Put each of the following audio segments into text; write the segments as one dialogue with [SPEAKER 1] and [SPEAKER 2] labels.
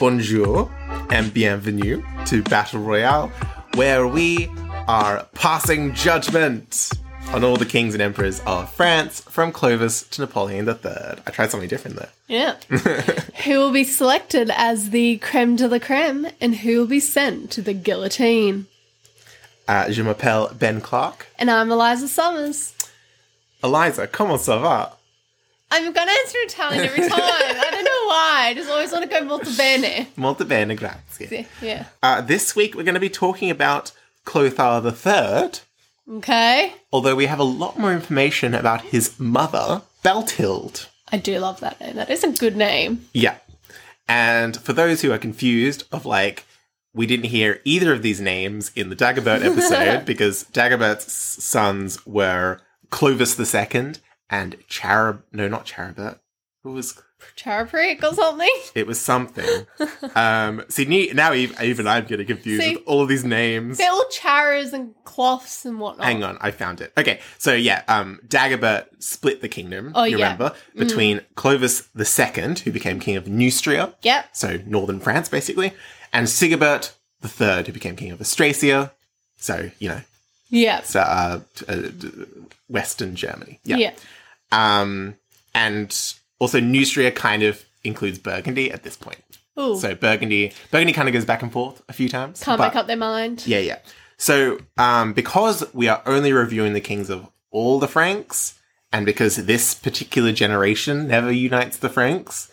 [SPEAKER 1] Bonjour and bienvenue to Battle Royale, where we are passing judgment on all the kings and emperors of France from Clovis to Napoleon III. I tried something different there.
[SPEAKER 2] Yeah. who will be selected as the creme de la creme and who will be sent to the guillotine?
[SPEAKER 1] Uh, je m'appelle Ben Clark.
[SPEAKER 2] And I'm Eliza Summers.
[SPEAKER 1] Eliza, comment ça va?
[SPEAKER 2] I'm gonna answer Italian every time. I don't know why. I just always want to go molto bene.
[SPEAKER 1] Molto bene, grazie.
[SPEAKER 2] Yeah.
[SPEAKER 1] Uh, this week we're going to be talking about Clothar III,
[SPEAKER 2] Okay.
[SPEAKER 1] although we have a lot more information about his mother, Beltild.
[SPEAKER 2] I do love that name. That is a good name.
[SPEAKER 1] Yeah. And for those who are confused of like, we didn't hear either of these names in the Dagobert episode because Dagobert's s- sons were Clovis II and Charib. No, not Charibert. Who was
[SPEAKER 2] Charapric or something.
[SPEAKER 1] it? Was something. um, see, ne- now ev- even I'm getting confused
[SPEAKER 2] See?
[SPEAKER 1] with all of these names.
[SPEAKER 2] They're all charas and cloths and whatnot.
[SPEAKER 1] Hang on, I found it. Okay, so yeah, um, Dagobert split the kingdom.
[SPEAKER 2] Oh,
[SPEAKER 1] you
[SPEAKER 2] yeah.
[SPEAKER 1] remember between Clovis II, who became king of Neustria,
[SPEAKER 2] Yep.
[SPEAKER 1] so northern France basically, and Sigebert III, who became king of Austrasia, so you know,
[SPEAKER 2] Yep.
[SPEAKER 1] so, uh, t- uh, d- Western Germany.
[SPEAKER 2] Yeah.
[SPEAKER 1] Yeah. Um, and also Neustria kind of includes Burgundy at this point.
[SPEAKER 2] Ooh.
[SPEAKER 1] So Burgundy, Burgundy kind of goes back and forth a few times.
[SPEAKER 2] Can't
[SPEAKER 1] but-
[SPEAKER 2] make up their mind.
[SPEAKER 1] Yeah, yeah. So um, because we are only reviewing the kings of all the Franks, and because this particular generation never unites the Franks,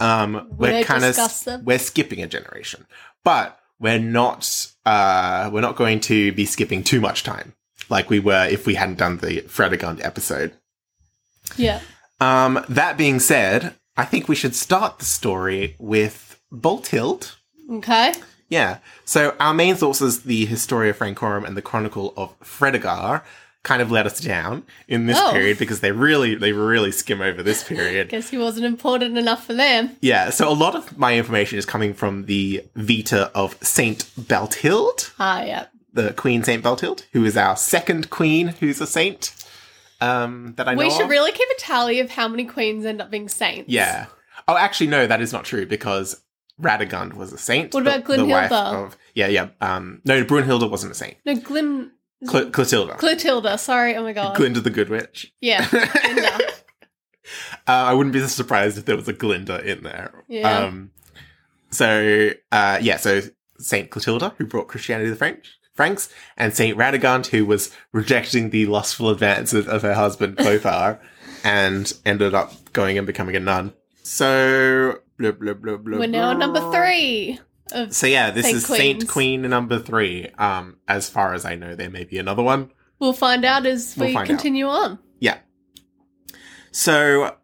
[SPEAKER 1] um,
[SPEAKER 2] We
[SPEAKER 1] we're
[SPEAKER 2] don't
[SPEAKER 1] kind
[SPEAKER 2] discuss
[SPEAKER 1] of
[SPEAKER 2] them.
[SPEAKER 1] we're skipping a generation, but we're not uh, we're not going to be skipping too much time like we were if we hadn't done the Fredegund episode.
[SPEAKER 2] Yeah.
[SPEAKER 1] Um, that being said, I think we should start the story with Boltild.
[SPEAKER 2] Okay.
[SPEAKER 1] Yeah. So our main sources, the Historia Francorum and the Chronicle of Fredegar, kind of let us down in this
[SPEAKER 2] Oh.
[SPEAKER 1] period because they really they really skim over this period.
[SPEAKER 2] Guess he wasn't important enough for them.
[SPEAKER 1] yeah. So a lot of my information is coming from the Vita of Saint Beltild,
[SPEAKER 2] Ah, yeah.
[SPEAKER 1] the Queen Saint Beltild, who is our second queen who's a saint. Um, that I know.
[SPEAKER 2] We should
[SPEAKER 1] of.
[SPEAKER 2] really keep a tally of how many queens end up being saints.
[SPEAKER 1] Yeah. Oh, actually, no, that is not true because Radegund was a saint.
[SPEAKER 2] What
[SPEAKER 1] the-
[SPEAKER 2] about
[SPEAKER 1] the wife
[SPEAKER 2] Glynhilda?
[SPEAKER 1] of- yeah, yeah. Um, no, Brunhilda wasn't a saint.
[SPEAKER 2] No, Glim.
[SPEAKER 1] Cl- Clotilda.
[SPEAKER 2] Clotilda. Sorry. Oh my god.
[SPEAKER 1] Glinda the Good Witch.
[SPEAKER 2] yeah. Glinda.
[SPEAKER 1] Uh, I wouldn't be surprised if there was a Glinda in there.
[SPEAKER 2] Yeah.
[SPEAKER 1] Um, so uh, yeah, so Saint Clotilda, who brought Christianity to the French Franks, and Saint Radegund, who was rejecting the lustful advances of her husband Clothar, and ended up going and becoming a nun. So blah, blah, blah, blah,
[SPEAKER 2] We're now at number
[SPEAKER 1] blah.
[SPEAKER 2] three. Of,
[SPEAKER 1] So yeah, this
[SPEAKER 2] Saint
[SPEAKER 1] is Saint
[SPEAKER 2] Queens.
[SPEAKER 1] Queen number three. Um, as far as I know, there may be another one.
[SPEAKER 2] we'll find out as
[SPEAKER 1] We'll
[SPEAKER 2] we
[SPEAKER 1] find out.
[SPEAKER 2] continue on.
[SPEAKER 1] Yeah. So,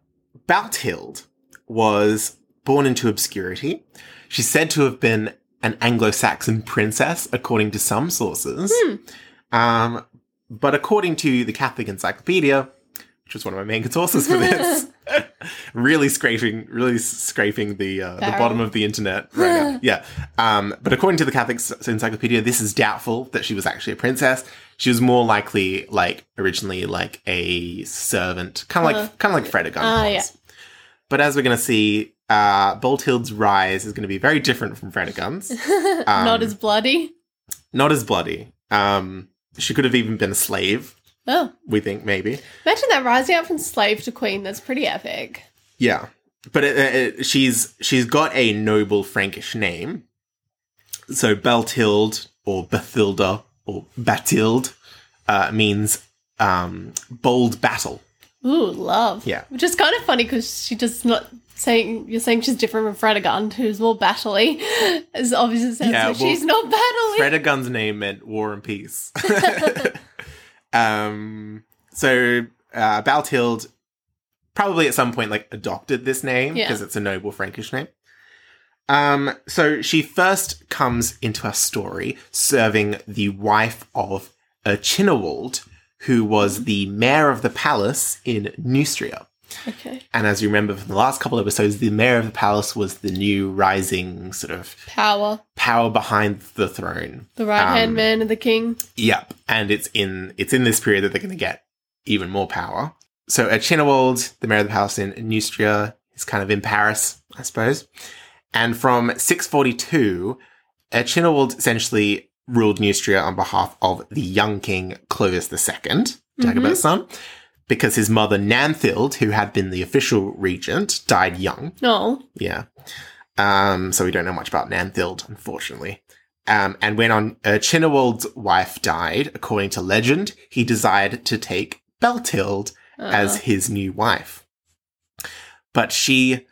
[SPEAKER 1] Balthild was born into obscurity. She's said to have been an Anglo Saxon princess, according to some sources.
[SPEAKER 2] Hmm.
[SPEAKER 1] Um, but according to the Catholic Encyclopedia, which was one of my main sources for this, really scraping, really scraping the uh, the
[SPEAKER 2] Barrel.
[SPEAKER 1] bottom of the internet. Right now. Yeah. Um, but according to the Catholic S- Encyclopedia, this is doubtful that she was actually a princess. She was more likely, like originally, like a servant, kind of
[SPEAKER 2] Uh.
[SPEAKER 1] like kind of like Fredegund.
[SPEAKER 2] Ah,
[SPEAKER 1] was.
[SPEAKER 2] yeah.
[SPEAKER 1] But as we're going to see, uh, Bolthild's rise is going to be very different from Fredegund's. Um,
[SPEAKER 2] Not as bloody.
[SPEAKER 1] Not as bloody. Um, she could have even been a slave.
[SPEAKER 2] Oh.
[SPEAKER 1] We think maybe.
[SPEAKER 2] Imagine that rising up from slave to queen. That's pretty epic.
[SPEAKER 1] Yeah, but it, it, it- she's she's got a noble Frankish name, so Beltild or Bathilda or Batild uh, means um, bold battle.
[SPEAKER 2] Ooh, love.
[SPEAKER 1] Yeah.
[SPEAKER 2] Which is kind of funny because she does not saying you're saying she's different from Fredegund, who's more battley, as obvious as that.
[SPEAKER 1] Yeah,
[SPEAKER 2] so
[SPEAKER 1] well,
[SPEAKER 2] she's not battling.
[SPEAKER 1] Fredegund's name meant war and peace. um, so uh, Baltild probably at some point like adopted this name
[SPEAKER 2] Yeah.
[SPEAKER 1] because it's a noble Frankish name. Um, so she first comes into our story serving the wife of Erchinewald, who was the mayor of the palace in Neustria.
[SPEAKER 2] Okay.
[SPEAKER 1] And as you remember from the last couple of episodes, the mayor of the palace was the new rising sort of
[SPEAKER 2] Power.
[SPEAKER 1] power behind the throne.
[SPEAKER 2] The right hand
[SPEAKER 1] Um,
[SPEAKER 2] man of the king.
[SPEAKER 1] Yep. And it's in it's in this period that they're going to get even more power. So at Chinewald, the mayor of the palace in Neustria is kind of in Paris, I suppose. And from 642, Chinewald essentially ruled Neustria on behalf of the young king Clovis II,
[SPEAKER 2] Mm-hmm.
[SPEAKER 1] Dagobert's son, because his mother Namthild, who had been the official regent, died young.
[SPEAKER 2] No.
[SPEAKER 1] Yeah. Um, so we don't know much about Namthild, unfortunately. Um, and when on uh, Chinewald's wife died, according to legend, he desired to take Beltild
[SPEAKER 2] Uh,
[SPEAKER 1] as his new wife. But she,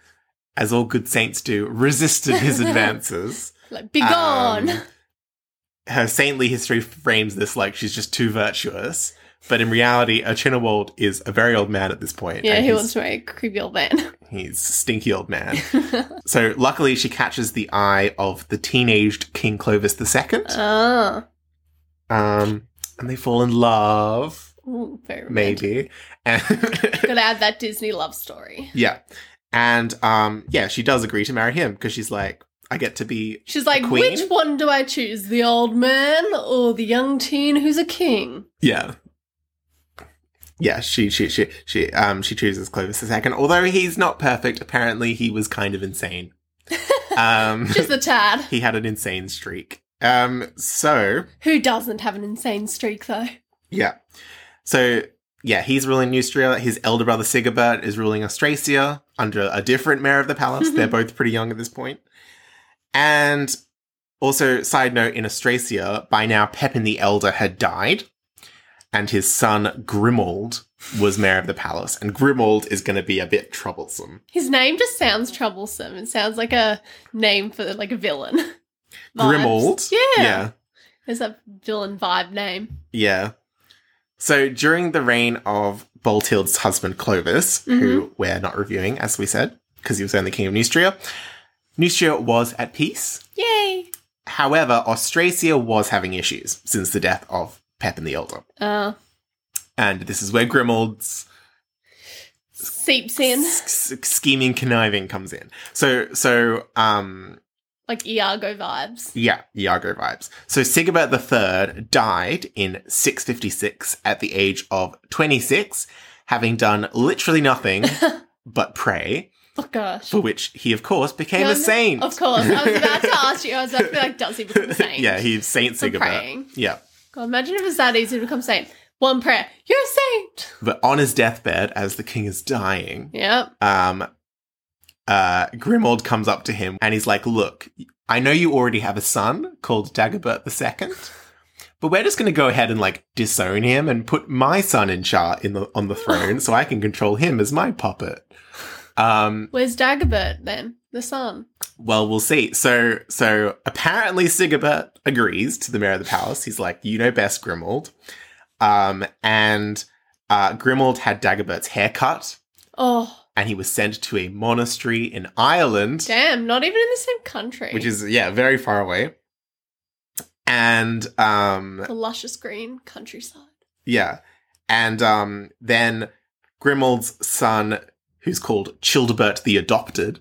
[SPEAKER 1] as all good saints do, resisted his advances.
[SPEAKER 2] like, be gone.
[SPEAKER 1] Um, her saintly history frames this like she's just too virtuous. But in reality, uh, Chinewald is a very old man at this point.
[SPEAKER 2] yeah,
[SPEAKER 1] and
[SPEAKER 2] he
[SPEAKER 1] he's-
[SPEAKER 2] wants to marry a creepy old man.
[SPEAKER 1] He's a stinky old man. so luckily, she catches the eye of the teenaged King Clovis II,
[SPEAKER 2] ah.
[SPEAKER 1] um, and they fall in love,
[SPEAKER 2] Ooh, very romantic.
[SPEAKER 1] maybe. And
[SPEAKER 2] Gotta add that Disney love story.
[SPEAKER 1] yeah, and um, yeah, she does agree to marry him because she's like, I get to be
[SPEAKER 2] She's like,
[SPEAKER 1] queen?
[SPEAKER 2] which one do I choose? The old man or the young teen who's a king?
[SPEAKER 1] yeah. Yeah, she she she she um she chooses Clovis II. Although he's not perfect, apparently he was kind of insane. Um,
[SPEAKER 2] Just the tad.
[SPEAKER 1] he had an insane streak. Um, so
[SPEAKER 2] Who doesn't have an insane streak though?
[SPEAKER 1] Yeah. So yeah, he's ruling Neustria. His elder brother Sigebert is ruling Austrasia under a different mayor of the palace.
[SPEAKER 2] Mm-hmm.
[SPEAKER 1] They're both pretty young at this point. And also, side note, in Austrasia, by now Pepin the Elder had died, and his son Grimold was mayor of the palace. And Grimold is going to be a bit troublesome.
[SPEAKER 2] His name just sounds troublesome. It sounds like a name for like a villain. Vibes.
[SPEAKER 1] Grimold,
[SPEAKER 2] Yeah.
[SPEAKER 1] yeah,
[SPEAKER 2] It's a villain vibe name.
[SPEAKER 1] Yeah. So during the reign of Boltild's husband Clovis, who we're not reviewing, as we said, because he was only king of Neustria, Neustria was at peace.
[SPEAKER 2] Yay.
[SPEAKER 1] However, Austrasia was having issues since the death of Pepin the Elder.
[SPEAKER 2] Uh
[SPEAKER 1] And this is where Grimold's
[SPEAKER 2] seeps in.
[SPEAKER 1] s- s- scheming conniving comes in. So, so, um,
[SPEAKER 2] Like Iago vibes.
[SPEAKER 1] Yeah, Iago vibes. So Sigebert III died in 656 at the age of 26, having done literally nothing but pray,
[SPEAKER 2] Oh gosh.
[SPEAKER 1] for which he, of course, became
[SPEAKER 2] Yeah,
[SPEAKER 1] a saint.
[SPEAKER 2] Of course. I was about to ask you, I was about to be like, does he become a saint?
[SPEAKER 1] yeah, he's Saint
[SPEAKER 2] For
[SPEAKER 1] Sigebert.
[SPEAKER 2] praying.
[SPEAKER 1] Yeah.
[SPEAKER 2] God, imagine if it's that easy to become saint. One prayer. You're a saint.
[SPEAKER 1] But on his deathbed, as the king is dying,
[SPEAKER 2] Yep.
[SPEAKER 1] um, uh, Grimold comes up to him and he's like, Look, I know you already have a son called Dagobert II, but we're just going to go ahead and like disown him and put my son in char in the, on the throne so I can control him as my puppet. Um,
[SPEAKER 2] Where's Dagobert then? The son.
[SPEAKER 1] well, we'll see. So, so apparently Sigebert agrees to the mayor of the palace. He's like, you know best, Grimold. Um, and uh, Grimold had Dagobert's haircut,
[SPEAKER 2] Oh,
[SPEAKER 1] and he was sent to a monastery in Ireland.
[SPEAKER 2] damn, not even in the same country.
[SPEAKER 1] which is yeah very far away and um
[SPEAKER 2] the luscious green countryside.
[SPEAKER 1] yeah and um then grimold's son who's called childebert the adopted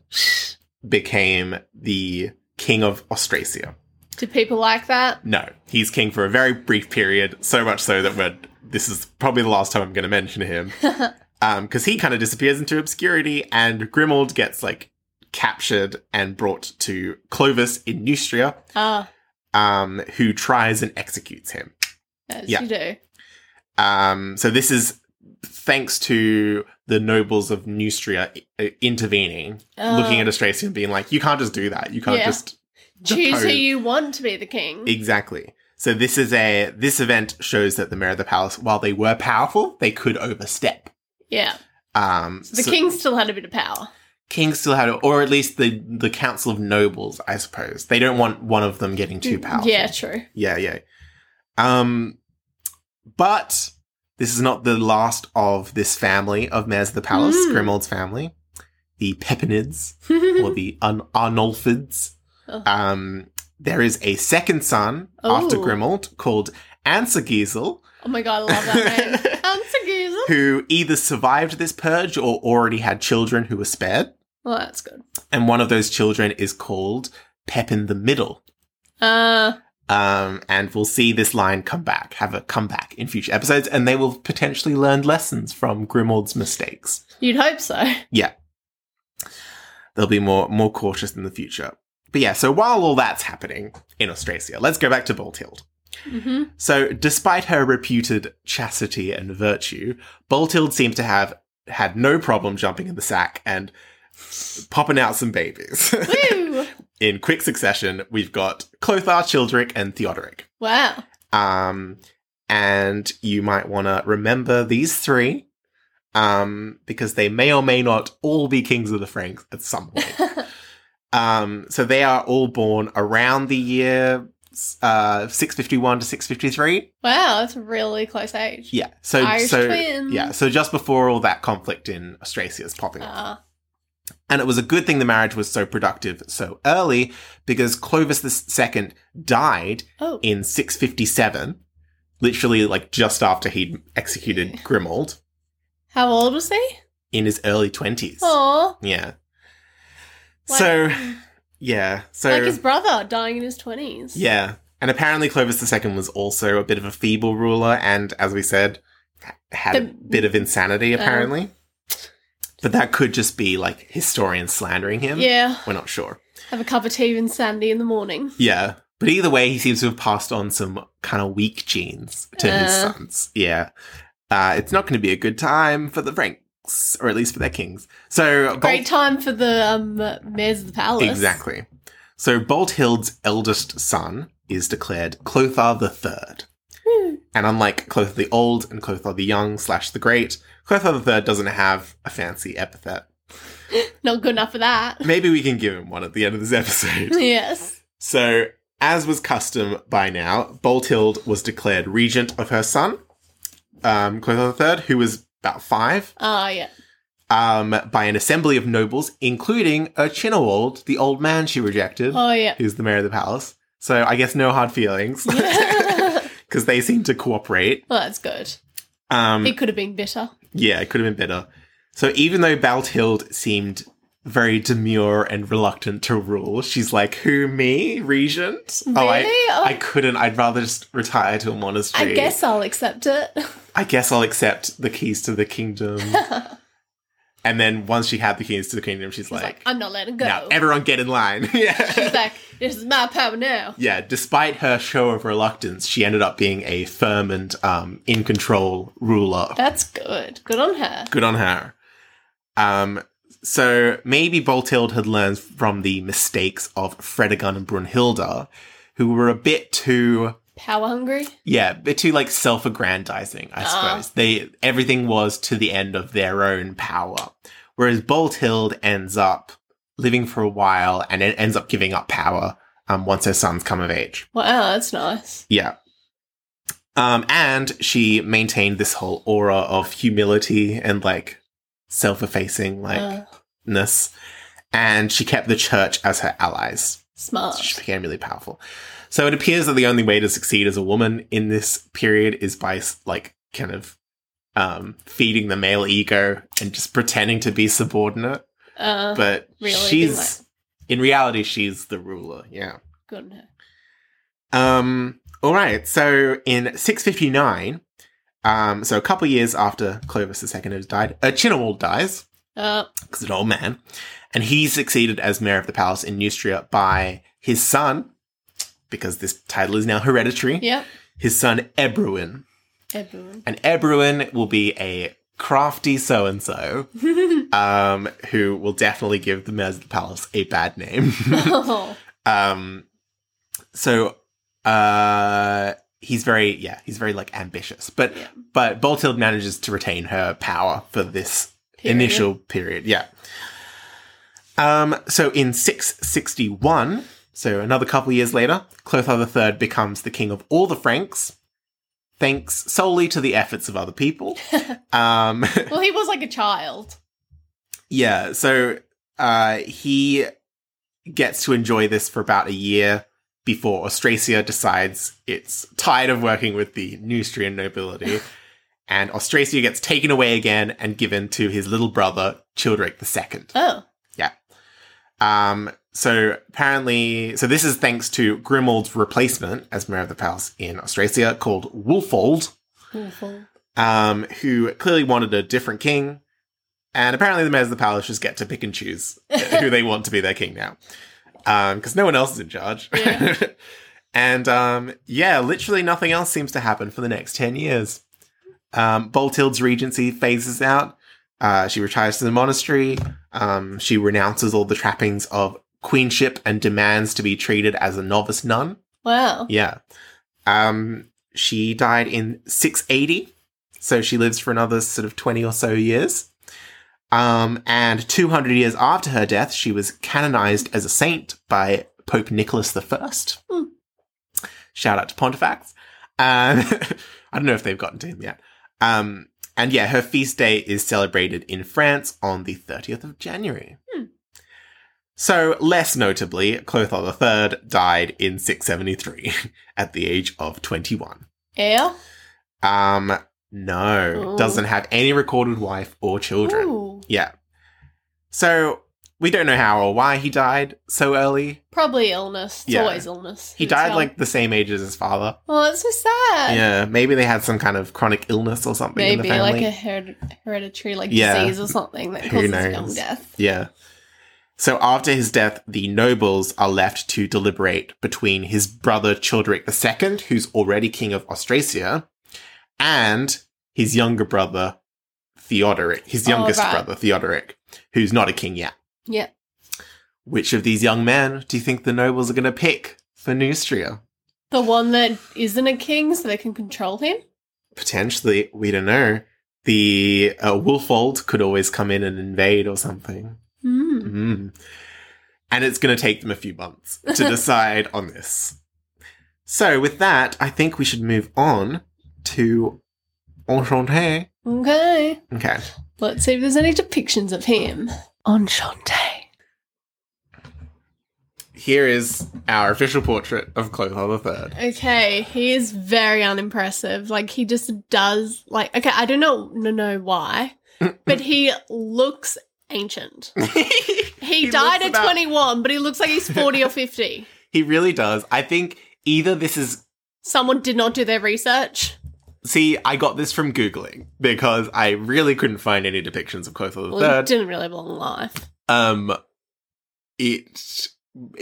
[SPEAKER 1] became the king of austrasia
[SPEAKER 2] Do people like that?
[SPEAKER 1] no he's king for a very brief period so much so that we're this is probably the last time i'm going to mention him um because he kind of disappears into obscurity and grimold gets like captured and brought to clovis in neustria
[SPEAKER 2] Ah,
[SPEAKER 1] um, who tries and executes him.
[SPEAKER 2] as
[SPEAKER 1] Yeah.
[SPEAKER 2] you do.
[SPEAKER 1] Um, so this is thanks to the nobles of Neustria i- uh, intervening,
[SPEAKER 2] Ah.
[SPEAKER 1] looking at Austrasia and being like, "You can't just do that. You can't
[SPEAKER 2] Yeah.
[SPEAKER 1] just
[SPEAKER 2] Choose who
[SPEAKER 1] depose-
[SPEAKER 2] you want to be the king.
[SPEAKER 1] exactly." So this is a this event shows that the mayor of the palace, while they were powerful, they could overstep.
[SPEAKER 2] yeah.
[SPEAKER 1] Um,
[SPEAKER 2] The
[SPEAKER 1] so
[SPEAKER 2] king still had a bit of power.
[SPEAKER 1] king still had, or at least the the council of nobles, I suppose. They don't want one of them getting too powerful.
[SPEAKER 2] Mm, Yeah, true.
[SPEAKER 1] Yeah, yeah. Um, but this is not the last of this family of Mares of the Palace,
[SPEAKER 2] Mm.
[SPEAKER 1] Grimold's family, the Pepinids
[SPEAKER 2] Mm-hmm.
[SPEAKER 1] or the Un- Arnulfids.
[SPEAKER 2] Oh.
[SPEAKER 1] Um, there is a second son after
[SPEAKER 2] Oh.
[SPEAKER 1] Grimold called Ansergiesel,
[SPEAKER 2] oh my god, I love that name. Answer
[SPEAKER 1] who either survived this purge or already had children who were spared.
[SPEAKER 2] Well, that's good.
[SPEAKER 1] And one of those children is called Pepin the Middle.
[SPEAKER 2] Uh,
[SPEAKER 1] Um, and we'll see this line come back, have a comeback in future episodes, and they will potentially learn lessons from Grimald's mistakes.
[SPEAKER 2] you'd hope so.
[SPEAKER 1] they'll be more more cautious in the future. But yeah, so while all that's happening in Austrasia, let's go back to Boltild.
[SPEAKER 2] hmm
[SPEAKER 1] So, despite her reputed chastity and virtue, Boltild seems to have had no problem jumping in the sack and popping out some babies.
[SPEAKER 2] Woo!
[SPEAKER 1] in quick succession, we've got Clothar, Childric, and Theodoric.
[SPEAKER 2] Wow.
[SPEAKER 1] Um, and you might want to remember these three um, because they may or may not all be kings of the Franks at some point. Um, so they are all born around the year uh, 651 to 653.
[SPEAKER 2] Wow, that's a really close age.
[SPEAKER 1] Yeah. So
[SPEAKER 2] Irish
[SPEAKER 1] so
[SPEAKER 2] twins.
[SPEAKER 1] yeah. So just before all that conflict in Austrasia is popping up,
[SPEAKER 2] Ah,
[SPEAKER 1] and it was a good thing the marriage was so productive so early because Clovis II died
[SPEAKER 2] oh,
[SPEAKER 1] in 657, literally like just after he'd executed Grimald
[SPEAKER 2] how old was he?
[SPEAKER 1] in his early 20s.
[SPEAKER 2] Oh,
[SPEAKER 1] Yeah. So yeah. So
[SPEAKER 2] like his brother dying in his twenties.
[SPEAKER 1] Yeah. And apparently Clovis II was also a bit of a feeble ruler and, as we said, ha- had a
[SPEAKER 2] The-
[SPEAKER 1] bit of insanity,
[SPEAKER 2] Oh.
[SPEAKER 1] apparently. but that could just be, like, historians slandering him.
[SPEAKER 2] Yeah.
[SPEAKER 1] We're not sure.
[SPEAKER 2] Have a cup of tea with Sandy in the morning.
[SPEAKER 1] Yeah. But either way, he seems to have passed on some kind of weak genes to his
[SPEAKER 2] Uh.
[SPEAKER 1] sons. Yeah. Uh, it's not going to be a good time for the Franks, or at least for their kings. So,
[SPEAKER 2] Great time for the um, mayors of the palace.
[SPEAKER 1] Exactly. So Bolthild's eldest son is declared Clothar the Third.
[SPEAKER 2] Hmm.
[SPEAKER 1] And unlike Clothar the Old and Clothar the Young slash the Great, Clothar the Third doesn't have a fancy epithet.
[SPEAKER 2] Not good enough for that.
[SPEAKER 1] Maybe we can give him one at the end of this episode.
[SPEAKER 2] yes.
[SPEAKER 1] so, as was custom by now, Bolthild was declared regent of her son, um, Clothar the Third, who was about five,
[SPEAKER 2] Ah, yeah.
[SPEAKER 1] um, by an assembly of nobles, including Urchinowald, the old man she rejected.
[SPEAKER 2] Oh, yeah.
[SPEAKER 1] who's the mayor of the palace. So I guess no hard feelings
[SPEAKER 2] well,
[SPEAKER 1] because they seem to cooperate.
[SPEAKER 2] that's good.
[SPEAKER 1] Um,
[SPEAKER 2] It could have been bitter.
[SPEAKER 1] yeah, it could have been better. So even though Balthild seemed very demure and reluctant to rule, she's like, "Who me, regent? Oh, I,
[SPEAKER 2] Really? Oh.
[SPEAKER 1] I couldn't. I'd rather just retire to a monastery.
[SPEAKER 2] I guess I'll accept it.
[SPEAKER 1] I guess I'll accept the keys to the kingdom." and then once she had the keys to the kingdom, she's,
[SPEAKER 2] It's like,
[SPEAKER 1] like,
[SPEAKER 2] I'm not letting go.
[SPEAKER 1] "Now everyone get in line." yeah.
[SPEAKER 2] She's like, this is my power now.
[SPEAKER 1] yeah, despite her show of reluctance, she ended up being a firm and um, in control ruler.
[SPEAKER 2] That's good. Good on her.
[SPEAKER 1] Good on her. Um, so maybe Boltild had learned from the mistakes of Fredegun and Brunhilda, who were a bit too,
[SPEAKER 2] Power hungry.
[SPEAKER 1] yeah, a bit too like self-aggrandizing. I
[SPEAKER 2] Ah.
[SPEAKER 1] suppose they everything was to the end of their own power, whereas Boltild ends up living for a while and then ends up giving up power um, once her sons come of age.
[SPEAKER 2] Wow, uh, that's nice.
[SPEAKER 1] Yeah. Um, and she maintained this whole aura of humility and like self
[SPEAKER 2] Uh,
[SPEAKER 1] effacing like ness. And she kept the church as her allies.
[SPEAKER 2] smart.
[SPEAKER 1] So she became really powerful. So it appears that the only way to succeed as a woman in this period is by like kind of um, feeding the male ego and just pretending to be subordinate.
[SPEAKER 2] Uh,
[SPEAKER 1] But
[SPEAKER 2] really be
[SPEAKER 1] she's in reality, she's the ruler. Yeah.
[SPEAKER 2] good on her.
[SPEAKER 1] Um, all right. So in 659, um, so a couple years after Clovis II has died, uh, Chinowald dies
[SPEAKER 2] Uh,
[SPEAKER 1] because he's an old man, and he's succeeded as mayor of the palace in Neustria by his son, because this title is now hereditary.
[SPEAKER 2] yep.
[SPEAKER 1] His son Ebruin,
[SPEAKER 2] Everyone.
[SPEAKER 1] and Ebruin will be a crafty so and so, um, who will definitely give the mayors of the palace a bad name.
[SPEAKER 2] oh,
[SPEAKER 1] Um, so uh, he's very yeah, he's very like ambitious, but
[SPEAKER 2] Yeah.
[SPEAKER 1] but Boltild manages to retain her power for this
[SPEAKER 2] Period.
[SPEAKER 1] initial period. Yeah. Um. So in six sixty one. So another couple of years later, Clothar III becomes the king of all the Franks, thanks solely to the efforts of other people. um,
[SPEAKER 2] well, he was like a child.
[SPEAKER 1] yeah, so uh, he gets to enjoy this for about a year before Austrasia decides it's tired of working with the Neustrian nobility and Austrasia gets taken away again and given to his little brother, Childeric II.
[SPEAKER 2] Oh,
[SPEAKER 1] Um, so apparently, so this is thanks to Grimald's replacement as mayor of the palace in Austrasia called Wolfold,
[SPEAKER 2] awful.
[SPEAKER 1] um, who clearly wanted a different king. And apparently, the mayors of the palace just get to pick and choose who they want to be their king now, because no one else is in charge.
[SPEAKER 2] Yeah.
[SPEAKER 1] and um, yeah, literally nothing else seems to happen for the next ten years. Um, Boltild's regency phases out. Uh, she retires to the monastery. Um, she renounces all the trappings of queenship and demands to be treated as a novice nun.
[SPEAKER 2] Wow.
[SPEAKER 1] Yeah. Um, she died in 680, so she lives for another sort of 20 or so years. Um, and 200 years after her death, she was canonized as a saint by Pope Nicholas I.
[SPEAKER 2] Hmm.
[SPEAKER 1] Shout out to Pontifex. Um, I don't know if they've gotten to him yet. Um, and yeah, her feast day is celebrated in France on the 30th of January.
[SPEAKER 2] Hmm.
[SPEAKER 1] So, less notably, Clothar III died in 673 at the age of 21.
[SPEAKER 2] Yeah.
[SPEAKER 1] Um, no,
[SPEAKER 2] Ooh.
[SPEAKER 1] doesn't have any recorded wife or children.
[SPEAKER 2] Oh. Ooh.
[SPEAKER 1] Yeah. So, we don't know how or why he died so early.
[SPEAKER 2] Probably illness. It's
[SPEAKER 1] Yeah.
[SPEAKER 2] always illness.
[SPEAKER 1] He
[SPEAKER 2] It's
[SPEAKER 1] died
[SPEAKER 2] how-
[SPEAKER 1] like the same age as his father.
[SPEAKER 2] Oh, that's so sad.
[SPEAKER 1] yeah, maybe they had some kind of chronic illness or something in the
[SPEAKER 2] Maybe
[SPEAKER 1] family.
[SPEAKER 2] like a her- hereditary like
[SPEAKER 1] Yeah.
[SPEAKER 2] disease or something that
[SPEAKER 1] Who
[SPEAKER 2] causes
[SPEAKER 1] knows?
[SPEAKER 2] young death.
[SPEAKER 1] Yeah. So after his death, the nobles are left to deliberate between his brother Childeric II, who's already king of Austrasia, and his younger brother Theodoric, his
[SPEAKER 2] Oh,
[SPEAKER 1] youngest
[SPEAKER 2] right.
[SPEAKER 1] brother Theodoric, who's not a king yet.
[SPEAKER 2] Yeah.
[SPEAKER 1] Which of these young men do you think the nobles are going to pick for Neustria?
[SPEAKER 2] The one that isn't a king, so they can control him.
[SPEAKER 1] Potentially, we don't know. The uh, Wolfold could always come in and invade or something.
[SPEAKER 2] Hmm.
[SPEAKER 1] Mm. And it's going to take them a few months to decide on this. So, with that, I think we should move on to Enchanté.
[SPEAKER 2] Okay.
[SPEAKER 1] Okay.
[SPEAKER 2] Let's see if there's any depictions of him. Enchante.
[SPEAKER 1] Here is our official portrait of Clothar III.
[SPEAKER 2] Okay, he is very unimpressive. Like he just does like okay, I don't know no know why, but he looks ancient. He,
[SPEAKER 1] He
[SPEAKER 2] died
[SPEAKER 1] looks
[SPEAKER 2] at
[SPEAKER 1] about-
[SPEAKER 2] 21, but he looks like he's 40 or 50.
[SPEAKER 1] he really does. I think either this is.
[SPEAKER 2] Someone did not do their research.
[SPEAKER 1] See, I got this from Googling because I really couldn't find any depictions of Clothar
[SPEAKER 2] Well, he
[SPEAKER 1] III.
[SPEAKER 2] didn't really belong alive.
[SPEAKER 1] Um, it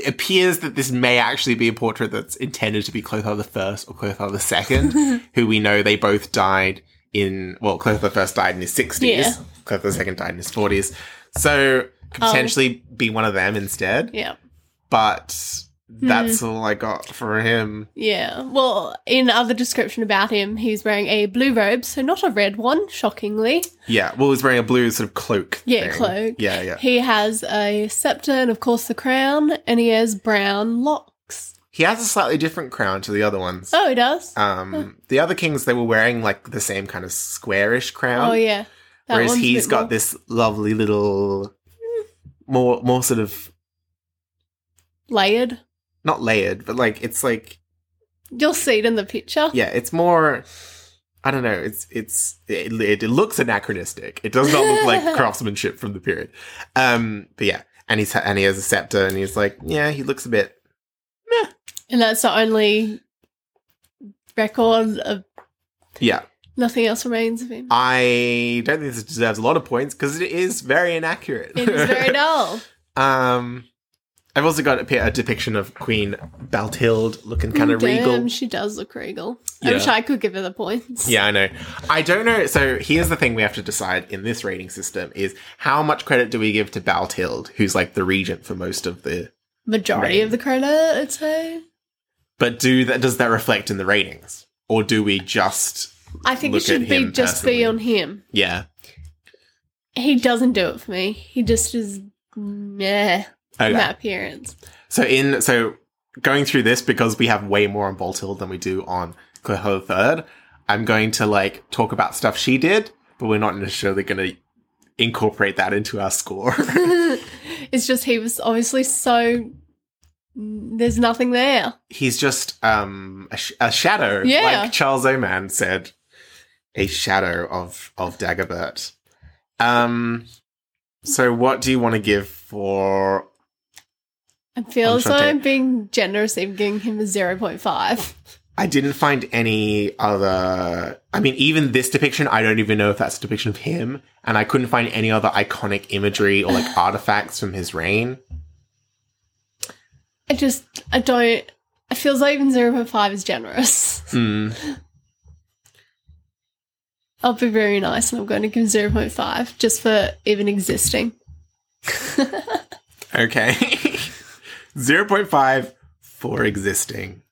[SPEAKER 1] appears that this may actually be a portrait that's intended to be Clothar the First or Clothar the Second, who we know they both died in. Well, Clothar the First died in his sixties.
[SPEAKER 2] Yeah.
[SPEAKER 1] Clothar the Second died in his forties. So could
[SPEAKER 2] Oh.
[SPEAKER 1] potentially be one of them instead.
[SPEAKER 2] Yeah.
[SPEAKER 1] But
[SPEAKER 2] Hmm.
[SPEAKER 1] that's all I got for him.
[SPEAKER 2] Yeah. Well, in other description about him, he's wearing a blue robe, so not a red one, shockingly.
[SPEAKER 1] Yeah. Well, he's wearing a blue sort of cloak.
[SPEAKER 2] Yeah,
[SPEAKER 1] thing.
[SPEAKER 2] cloak.
[SPEAKER 1] Yeah, yeah.
[SPEAKER 2] He has a scepter and, of course, the crown, and he has brown locks.
[SPEAKER 1] He has a slightly different crown to the other ones.
[SPEAKER 2] Oh, he does?
[SPEAKER 1] Um, the other kings they were wearing like the same kind of squarish crown.
[SPEAKER 2] oh, yeah. That
[SPEAKER 1] Whereas
[SPEAKER 2] one's a
[SPEAKER 1] he's
[SPEAKER 2] bit
[SPEAKER 1] got
[SPEAKER 2] more-
[SPEAKER 1] this lovely little, more more sort of
[SPEAKER 2] Layered.
[SPEAKER 1] not layered, but like it's like
[SPEAKER 2] You'll see it in the picture.
[SPEAKER 1] yeah, it's more. I don't know. It's it's it, it looks anachronistic. It does not look like craftsmanship from the period. Um, but yeah, and he's and he has a scepter, and he's like yeah, he looks a bit
[SPEAKER 2] And that's the only record of
[SPEAKER 1] yeah.
[SPEAKER 2] nothing else remains of him.
[SPEAKER 1] I don't think this deserves a lot of points because it is very inaccurate.
[SPEAKER 2] It is very dull.
[SPEAKER 1] um. I've also got a, pi- a depiction of Queen Balthild looking kind of
[SPEAKER 2] Damn,
[SPEAKER 1] regal.
[SPEAKER 2] she does look regal.
[SPEAKER 1] Yeah.
[SPEAKER 2] I wish I could give her the points.
[SPEAKER 1] Yeah, I know. I don't know. So here's the thing we have to decide in this rating system is how much credit do we give to Baltild, who's like the regent for most of the
[SPEAKER 2] Majority
[SPEAKER 1] Right.
[SPEAKER 2] of the credit, I'd say.
[SPEAKER 1] but do that does that reflect in the ratings? Or do we just
[SPEAKER 2] I think
[SPEAKER 1] Look
[SPEAKER 2] it
[SPEAKER 1] at
[SPEAKER 2] should be
[SPEAKER 1] him
[SPEAKER 2] just
[SPEAKER 1] personally.
[SPEAKER 2] be on him.
[SPEAKER 1] yeah.
[SPEAKER 2] He doesn't do it for me. He just is meh
[SPEAKER 1] Okay.
[SPEAKER 2] in that appearance.
[SPEAKER 1] So in so going through this because we have way more on Baltild than we do on Cloho Third, I'm going to like talk about stuff she did, but we're not necessarily gonna incorporate that into our score.
[SPEAKER 2] it's just he was obviously so. There's nothing there.
[SPEAKER 1] he's just um a, sh- a shadow
[SPEAKER 2] Yeah.
[SPEAKER 1] like charles oman said a shadow of of Dagobert. Um, so what do you want to give for?
[SPEAKER 2] I feel
[SPEAKER 1] I'm
[SPEAKER 2] as though
[SPEAKER 1] trying to-
[SPEAKER 2] I'm being generous in giving him a 0.5.
[SPEAKER 1] I didn't find any other. I mean, even this depiction, I don't even know if that's a depiction of him, and I couldn't find any other iconic imagery or like artifacts from his reign.
[SPEAKER 2] I just, I don't, it feels like even 0.5 is generous.
[SPEAKER 1] Hmm.
[SPEAKER 2] I'll be very nice and I'm going to give 0.5 just for even existing.
[SPEAKER 1] Okay, zero point five for existing.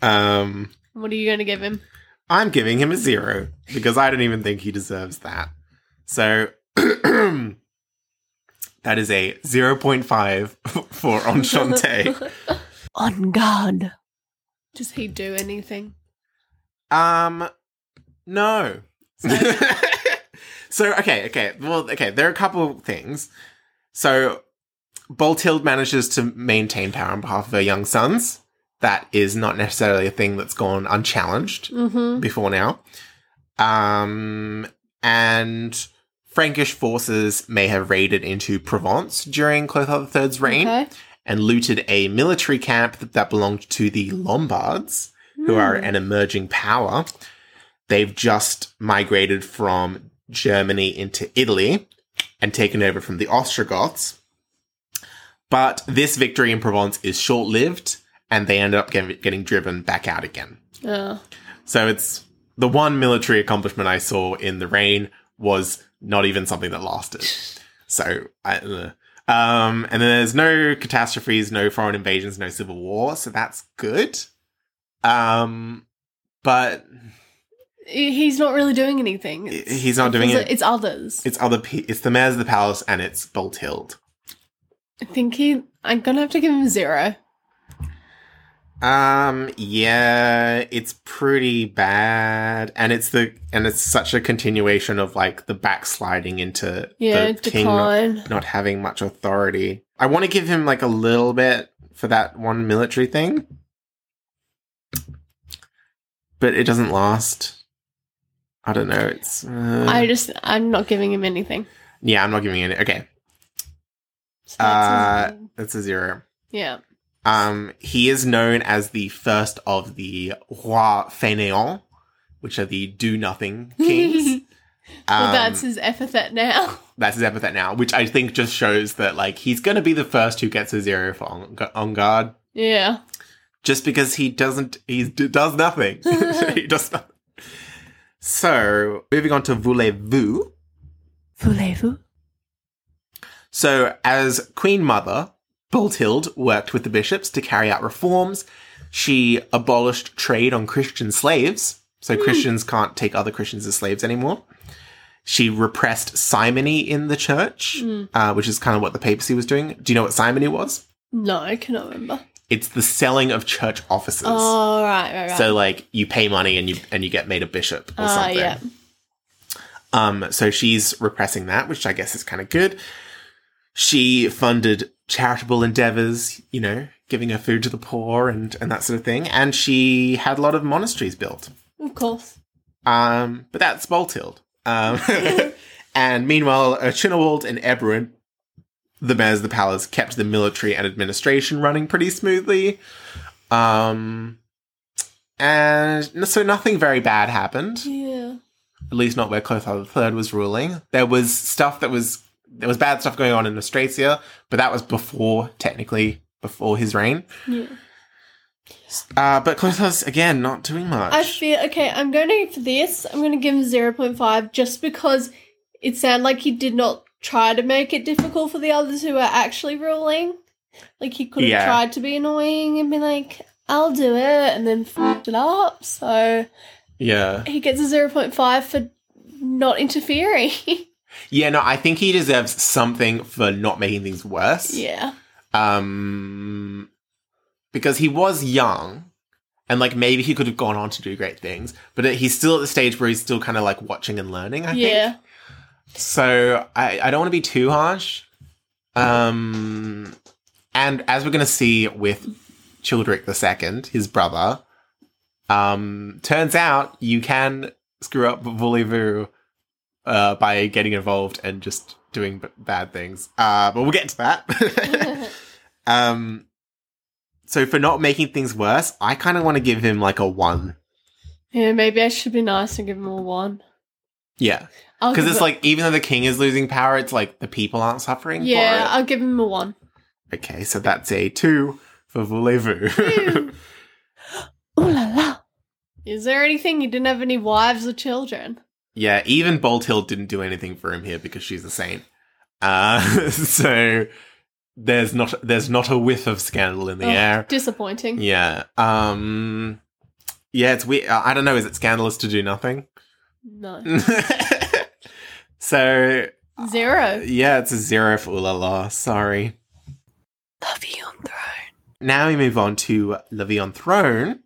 [SPEAKER 1] Um,
[SPEAKER 2] What are you going to give him?
[SPEAKER 1] I'm giving him a zero because I don't even think he deserves that. So that is a 0.5 for Enchante.
[SPEAKER 2] On God. Does he do anything?
[SPEAKER 1] um, no.
[SPEAKER 2] So-
[SPEAKER 1] so, okay, okay. Well, okay, there are a couple of things. So, Boltild manages to maintain power on behalf of her young sons. That is not necessarily a thing that's gone unchallenged.
[SPEAKER 2] Mhm.
[SPEAKER 1] Mm-hmm. before now. Um, and Frankish forces may have raided into Provence during Clothar III's reign
[SPEAKER 2] Okay.
[SPEAKER 1] and looted a military camp that, that belonged to the Lombards, who are
[SPEAKER 2] Hmm.
[SPEAKER 1] an emerging power. They've just migrated from Germany into Italy and taken over from the Ostrogoths. But this victory in Provence is short lived, and they end up get- getting driven back out again.
[SPEAKER 2] Oh.
[SPEAKER 1] So it's the one military accomplishment I saw in the rain was not even something that lasted. So, I, ugh. um, and then there's no catastrophes, no foreign invasions, no civil war. So that's good. Um, but
[SPEAKER 2] He's not really doing anything.
[SPEAKER 1] i-
[SPEAKER 2] It's-
[SPEAKER 1] he's not doing
[SPEAKER 2] it's,
[SPEAKER 1] it.
[SPEAKER 2] it's others.
[SPEAKER 1] It's other. Pe- it's the mayors of the palace, and it's Bolt Hild.
[SPEAKER 2] I think he. I'm gonna have to give him a zero.
[SPEAKER 1] Um, yeah, it's pretty bad, and it's the and it's such a continuation of like the backsliding into
[SPEAKER 2] Yeah,
[SPEAKER 1] the king
[SPEAKER 2] decline.
[SPEAKER 1] not having much authority. I want to give him like a little bit for that one military thing, but it doesn't last. I don't know. It's uh,
[SPEAKER 2] I just. I'm not giving him anything.
[SPEAKER 1] yeah. I'm not giving it. Okay,
[SPEAKER 2] So that's
[SPEAKER 1] Uh,
[SPEAKER 2] his-
[SPEAKER 1] that's a zero.
[SPEAKER 2] yeah.
[SPEAKER 1] Um, he is known as the first of the Roi Fainéants, which are the do nothing kings.
[SPEAKER 2] well,
[SPEAKER 1] Um,
[SPEAKER 2] that's his epithet now.
[SPEAKER 1] that's his epithet now, which I think just shows that like he's going to be the first who gets a zero for on, on guard.
[SPEAKER 2] yeah.
[SPEAKER 1] just because he doesn't he d- does nothing he does nothing so moving on to voulez-vous
[SPEAKER 2] Voulez-vous?
[SPEAKER 1] so as queen mother Boltild worked with the bishops to carry out reforms she abolished trade on christian slaves so christians can't take other christians as slaves anymore she repressed simony in the church uh, which is kind of what the papacy was doing do you know what simony was
[SPEAKER 2] No, I cannot remember.
[SPEAKER 1] it's the selling of church offices
[SPEAKER 2] Oh right, right, right.
[SPEAKER 1] So like you pay money and you and you get made a bishop or
[SPEAKER 2] Ah,
[SPEAKER 1] something.
[SPEAKER 2] yeah.
[SPEAKER 1] Um so she's repressing that, which I guess is kind of good. She funded charitable endeavors, you know, giving her food to the poor and and that sort of thing, and she had a lot of monasteries built.
[SPEAKER 2] Of course.
[SPEAKER 1] Um but that's Boltild. Um and meanwhile, uh, Chinewald and Eberron the mayors of the palace kept the military and administration running pretty smoothly. Um, and n- so nothing very bad happened,
[SPEAKER 2] Yeah.
[SPEAKER 1] at least not where Clothar III was ruling. There was stuff that was there was bad stuff going on in Austrasia, but that was before technically before his reign.
[SPEAKER 2] Yeah.
[SPEAKER 1] Uh, but Clothar's again not doing much.
[SPEAKER 2] I feel okay. I'm going to for this. I'm going to give him zero point five just because it sounded like he did not try to make it difficult for the others who were actually ruling. Like he could have
[SPEAKER 1] Yeah.
[SPEAKER 2] tried to be annoying and be like, "I'll do it," and then f***ed it up. So
[SPEAKER 1] yeah,
[SPEAKER 2] he gets a zero point five for not interfering.
[SPEAKER 1] yeah. No, I think he deserves something for not making things worse.
[SPEAKER 2] yeah.
[SPEAKER 1] um because he was young and like maybe he could have gone on to do great things but he's still at the stage where he's still kind of like watching and learning i
[SPEAKER 2] yeah.
[SPEAKER 1] think so i i don't want to be too harsh um and as we're going to see with childeric the second his brother um turns out you can screw up Voulez-Vous uh, by getting involved and just doing b- bad things. Uh, but we'll get to that. um, so for not making things worse, I kind of want to give him like a one.
[SPEAKER 2] yeah, maybe I should be nice and give him a one.
[SPEAKER 1] Yeah,
[SPEAKER 2] I'll
[SPEAKER 1] because
[SPEAKER 2] give
[SPEAKER 1] it's
[SPEAKER 2] it-
[SPEAKER 1] like even though the king is losing power, it's like the people aren't suffering.
[SPEAKER 2] yeah,
[SPEAKER 1] for it.
[SPEAKER 2] I'll give him a one.
[SPEAKER 1] Okay, so that's a two for Voulez-Vous.
[SPEAKER 2] Ooh la la. Is there anything you didn't have any wives or children?
[SPEAKER 1] yeah, even Bolt Hill didn't do anything for him here because she's a saint. Uh, so there's not there's not a whiff of scandal in the
[SPEAKER 2] Ugh,
[SPEAKER 1] air.
[SPEAKER 2] Disappointing.
[SPEAKER 1] Yeah. Um Yeah, it's weird. I don't know, is it scandalous to do nothing?
[SPEAKER 2] No.
[SPEAKER 1] so
[SPEAKER 2] Zero.
[SPEAKER 1] yeah, it's a zero for Ooh La. Sorry.
[SPEAKER 2] Love you on throne.
[SPEAKER 1] Now we move on to Levy on Throne,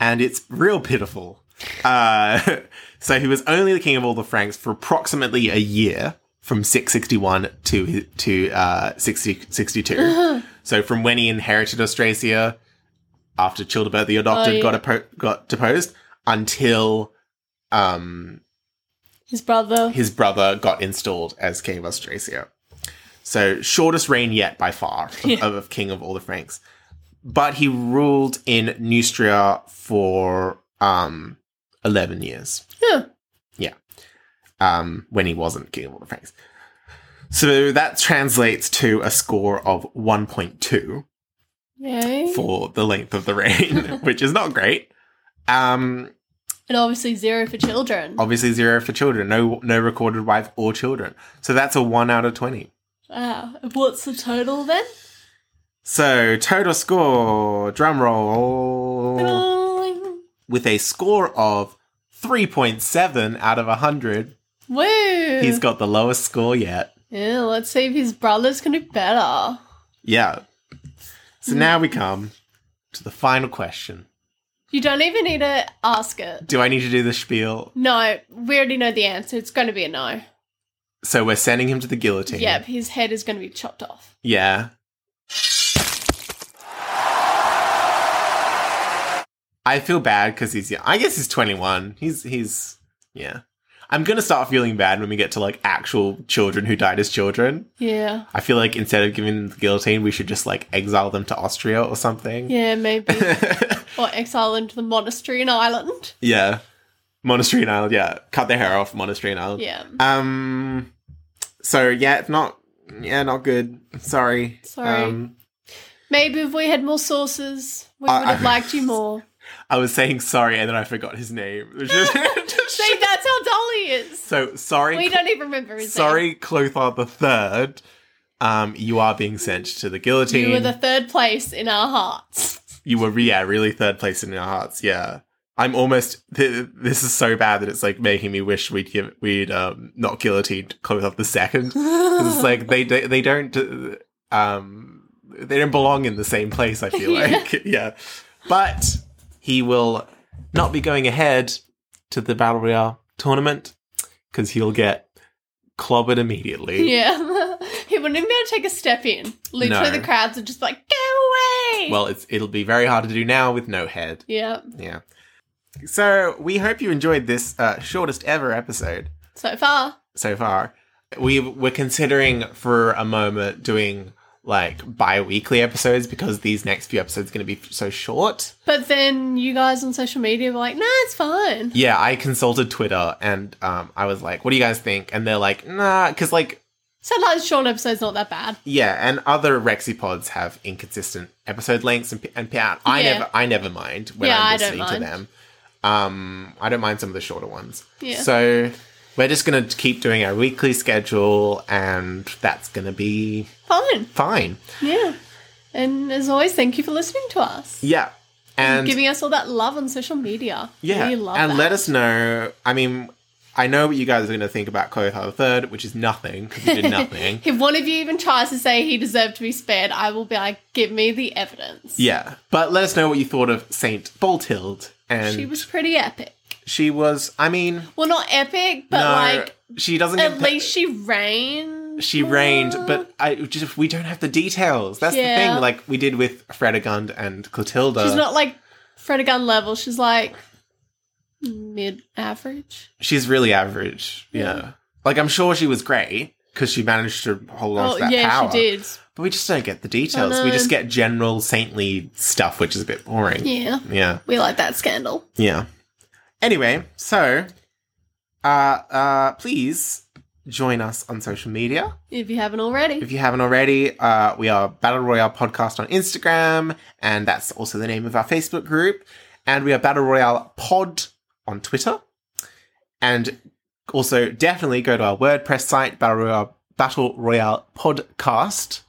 [SPEAKER 1] and it's real pitiful. Uh, so he was only the king of all the Franks for approximately a year, from 661 to to uh, 60, 62. so from when he inherited Austrasia, after Childebert the Adopted
[SPEAKER 2] Oh,
[SPEAKER 1] got
[SPEAKER 2] yeah.
[SPEAKER 1] appo- got deposed, until um,
[SPEAKER 2] His brother.
[SPEAKER 1] his brother got installed as king of Austrasia. So shortest reign yet by far of,
[SPEAKER 2] Yeah.
[SPEAKER 1] of king of all the Franks. But he ruled in Neustria for um, eleven years
[SPEAKER 2] Huh.
[SPEAKER 1] um, when he wasn't king of all the Franks. So that translates to a score of one point two
[SPEAKER 2] Yay.
[SPEAKER 1] for the length of the reign, which is not great. Um,
[SPEAKER 2] And obviously zero for children.
[SPEAKER 1] obviously zero for children, no no recorded wife or children. So that's a one out of twenty.
[SPEAKER 2] Wow. What's the total then?
[SPEAKER 1] So total score, drum roll, with a score of 3.7 out of 100.
[SPEAKER 2] Woo!
[SPEAKER 1] He's got the lowest score yet.
[SPEAKER 2] yeah, let's see if his brothers can do better.
[SPEAKER 1] Yeah. So now we come to the final question.
[SPEAKER 2] You don't even need to ask it.
[SPEAKER 1] Do I need to do the spiel?
[SPEAKER 2] No, we already know the answer. It's going to be a no.
[SPEAKER 1] So we're sending him to the guillotine.
[SPEAKER 2] Yep, his head is going to be chopped off.
[SPEAKER 1] Yeah. I feel bad because he's young. I guess he's 21. He's he's yeah. I'm gonna start feeling bad when we get to like actual children who died as children.
[SPEAKER 2] Yeah.
[SPEAKER 1] I feel like instead of giving them the guillotine, we should just like exile them to Austria or something.
[SPEAKER 2] Yeah, maybe.
[SPEAKER 1] Yeah.
[SPEAKER 2] or exile into the monastery in Ireland.
[SPEAKER 1] Monastery and Island, yeah. Cut their hair off, Monastery and Island.
[SPEAKER 2] Yeah.
[SPEAKER 1] Um so yeah, it's not yeah, not good. Sorry.
[SPEAKER 2] Sorry.
[SPEAKER 1] Um,
[SPEAKER 2] Maybe if we had more sources, we
[SPEAKER 1] I-
[SPEAKER 2] would have
[SPEAKER 1] I-
[SPEAKER 2] liked you more.
[SPEAKER 1] I was saying sorry and then I forgot his name. It was just-
[SPEAKER 2] See, that's how Dolly is.
[SPEAKER 1] so sorry,
[SPEAKER 2] We don't even remember his name.
[SPEAKER 1] sorry, Clothar the Third. Um, you are being sent to the guillotine.
[SPEAKER 2] You were the third place in our hearts.
[SPEAKER 1] You were, yeah, really third place in our hearts. Yeah, I'm almost. Th- this is so bad that it's like making me wish we'd give we'd um not guillotined Clothar the Second. 'Cause It's like they they they don't uh, um they don't belong in the same place. I feel
[SPEAKER 2] Yeah.
[SPEAKER 1] like yeah, but he will not be going ahead to the battle royale tournament because he'll get clobbered immediately.
[SPEAKER 2] Yeah. he wouldn't even be able to take a step in. Literally,
[SPEAKER 1] No.
[SPEAKER 2] the crowds are just like, go away!
[SPEAKER 1] Well, it's it'll be very hard to do now with no head.
[SPEAKER 2] yeah,
[SPEAKER 1] Yeah. So we hope you enjoyed this uh, shortest ever episode
[SPEAKER 2] so far.
[SPEAKER 1] so far. We we're considering for a moment doing like bi-weekly episodes because these next few episodes are going to be so short.
[SPEAKER 2] But then you guys on social media were like, nah, it's fine.
[SPEAKER 1] Yeah, I consulted Twitter and um, I was like, "What do you guys think?" And they're like, "Nah," because like
[SPEAKER 2] Sometimes short episode's not that bad.
[SPEAKER 1] yeah, and other Rexipods have inconsistent episode lengths and and out. I
[SPEAKER 2] Yeah.
[SPEAKER 1] never I never mind when
[SPEAKER 2] Yeah,
[SPEAKER 1] I'm
[SPEAKER 2] I don't
[SPEAKER 1] listening to
[SPEAKER 2] mind.
[SPEAKER 1] them. Um, I don't mind some of the shorter ones.
[SPEAKER 2] Yeah.
[SPEAKER 1] So we're just gonna keep doing our weekly schedule, and that's gonna be
[SPEAKER 2] Fine.
[SPEAKER 1] fine.
[SPEAKER 2] Yeah. And as always, thank you for listening to us.
[SPEAKER 1] Yeah, and
[SPEAKER 2] giving us all that love on social media.
[SPEAKER 1] Yeah,
[SPEAKER 2] We love
[SPEAKER 1] and
[SPEAKER 2] that.
[SPEAKER 1] let us know. I mean, I know what you guys are going to think about Clothar the Third, which is nothing because he did nothing.
[SPEAKER 2] If one of you even tries to say he deserved to be spared, I will be like, give me the evidence.
[SPEAKER 1] yeah, but let us know what you thought of Saint Boltild, and
[SPEAKER 2] She was pretty epic.
[SPEAKER 1] I mean,
[SPEAKER 2] Well, not epic, but
[SPEAKER 1] no,
[SPEAKER 2] like,
[SPEAKER 1] she doesn't.
[SPEAKER 2] at
[SPEAKER 1] get pa-
[SPEAKER 2] least she reigned.
[SPEAKER 1] she reigned,
[SPEAKER 2] more.
[SPEAKER 1] but I just we don't have the details. That's the
[SPEAKER 2] Yeah.
[SPEAKER 1] thing. Like we did with Fredegund and Clotilda.
[SPEAKER 2] she's not like Fredegund level. She's like mid average.
[SPEAKER 1] She's really average. Yeah.
[SPEAKER 2] Yeah.
[SPEAKER 1] Like, I'm sure she was great because she managed to hold on to that
[SPEAKER 2] Oh, yeah,
[SPEAKER 1] power.
[SPEAKER 2] she did.
[SPEAKER 1] But we just don't get the details.
[SPEAKER 2] Oh,
[SPEAKER 1] We
[SPEAKER 2] no.
[SPEAKER 1] just get general saintly stuff, which is a bit boring.
[SPEAKER 2] Yeah,
[SPEAKER 1] yeah.
[SPEAKER 2] we like that scandal.
[SPEAKER 1] Yeah. Anyway, so uh uh please join us on social media
[SPEAKER 2] If you haven't already,
[SPEAKER 1] if you haven't already. Uh we are Battle Royale Podcast on Instagram, and that's also the name of our Facebook group. And we are Battle Royale Pod on Twitter. And also definitely go to our WordPress site, Battle Royale Battle Royale Podcast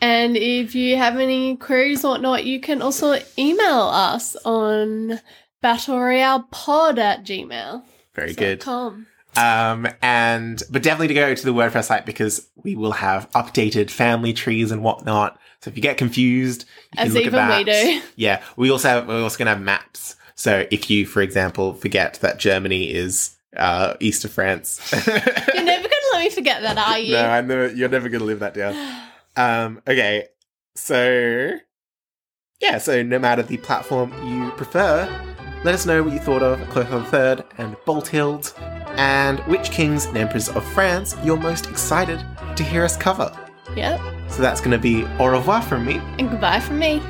[SPEAKER 2] and if you have any queries or whatnot, you can also email us on battleroyalepod at gmail.
[SPEAKER 1] Very good.
[SPEAKER 2] Com.
[SPEAKER 1] Um, and but definitely to go to the WordPress site because we will have updated family trees and whatnot. So if you get confused,
[SPEAKER 2] As
[SPEAKER 1] you can look
[SPEAKER 2] even we
[SPEAKER 1] at that.
[SPEAKER 2] do.
[SPEAKER 1] Yeah, we also have, we're also gonna have maps. So if you, for example, forget that Germany is uh, east of France,
[SPEAKER 2] You're never gonna let me forget that, are you?
[SPEAKER 1] no, I'm never, you're never gonna live that down. Um, okay, so yeah, so no matter the platform you prefer, let us know what you thought of Clotho Third and Bolt Hild, and which kings and emperors of France you're most excited to hear us cover.
[SPEAKER 2] Yep.
[SPEAKER 1] So that's going to be au revoir from me.
[SPEAKER 2] And goodbye from me.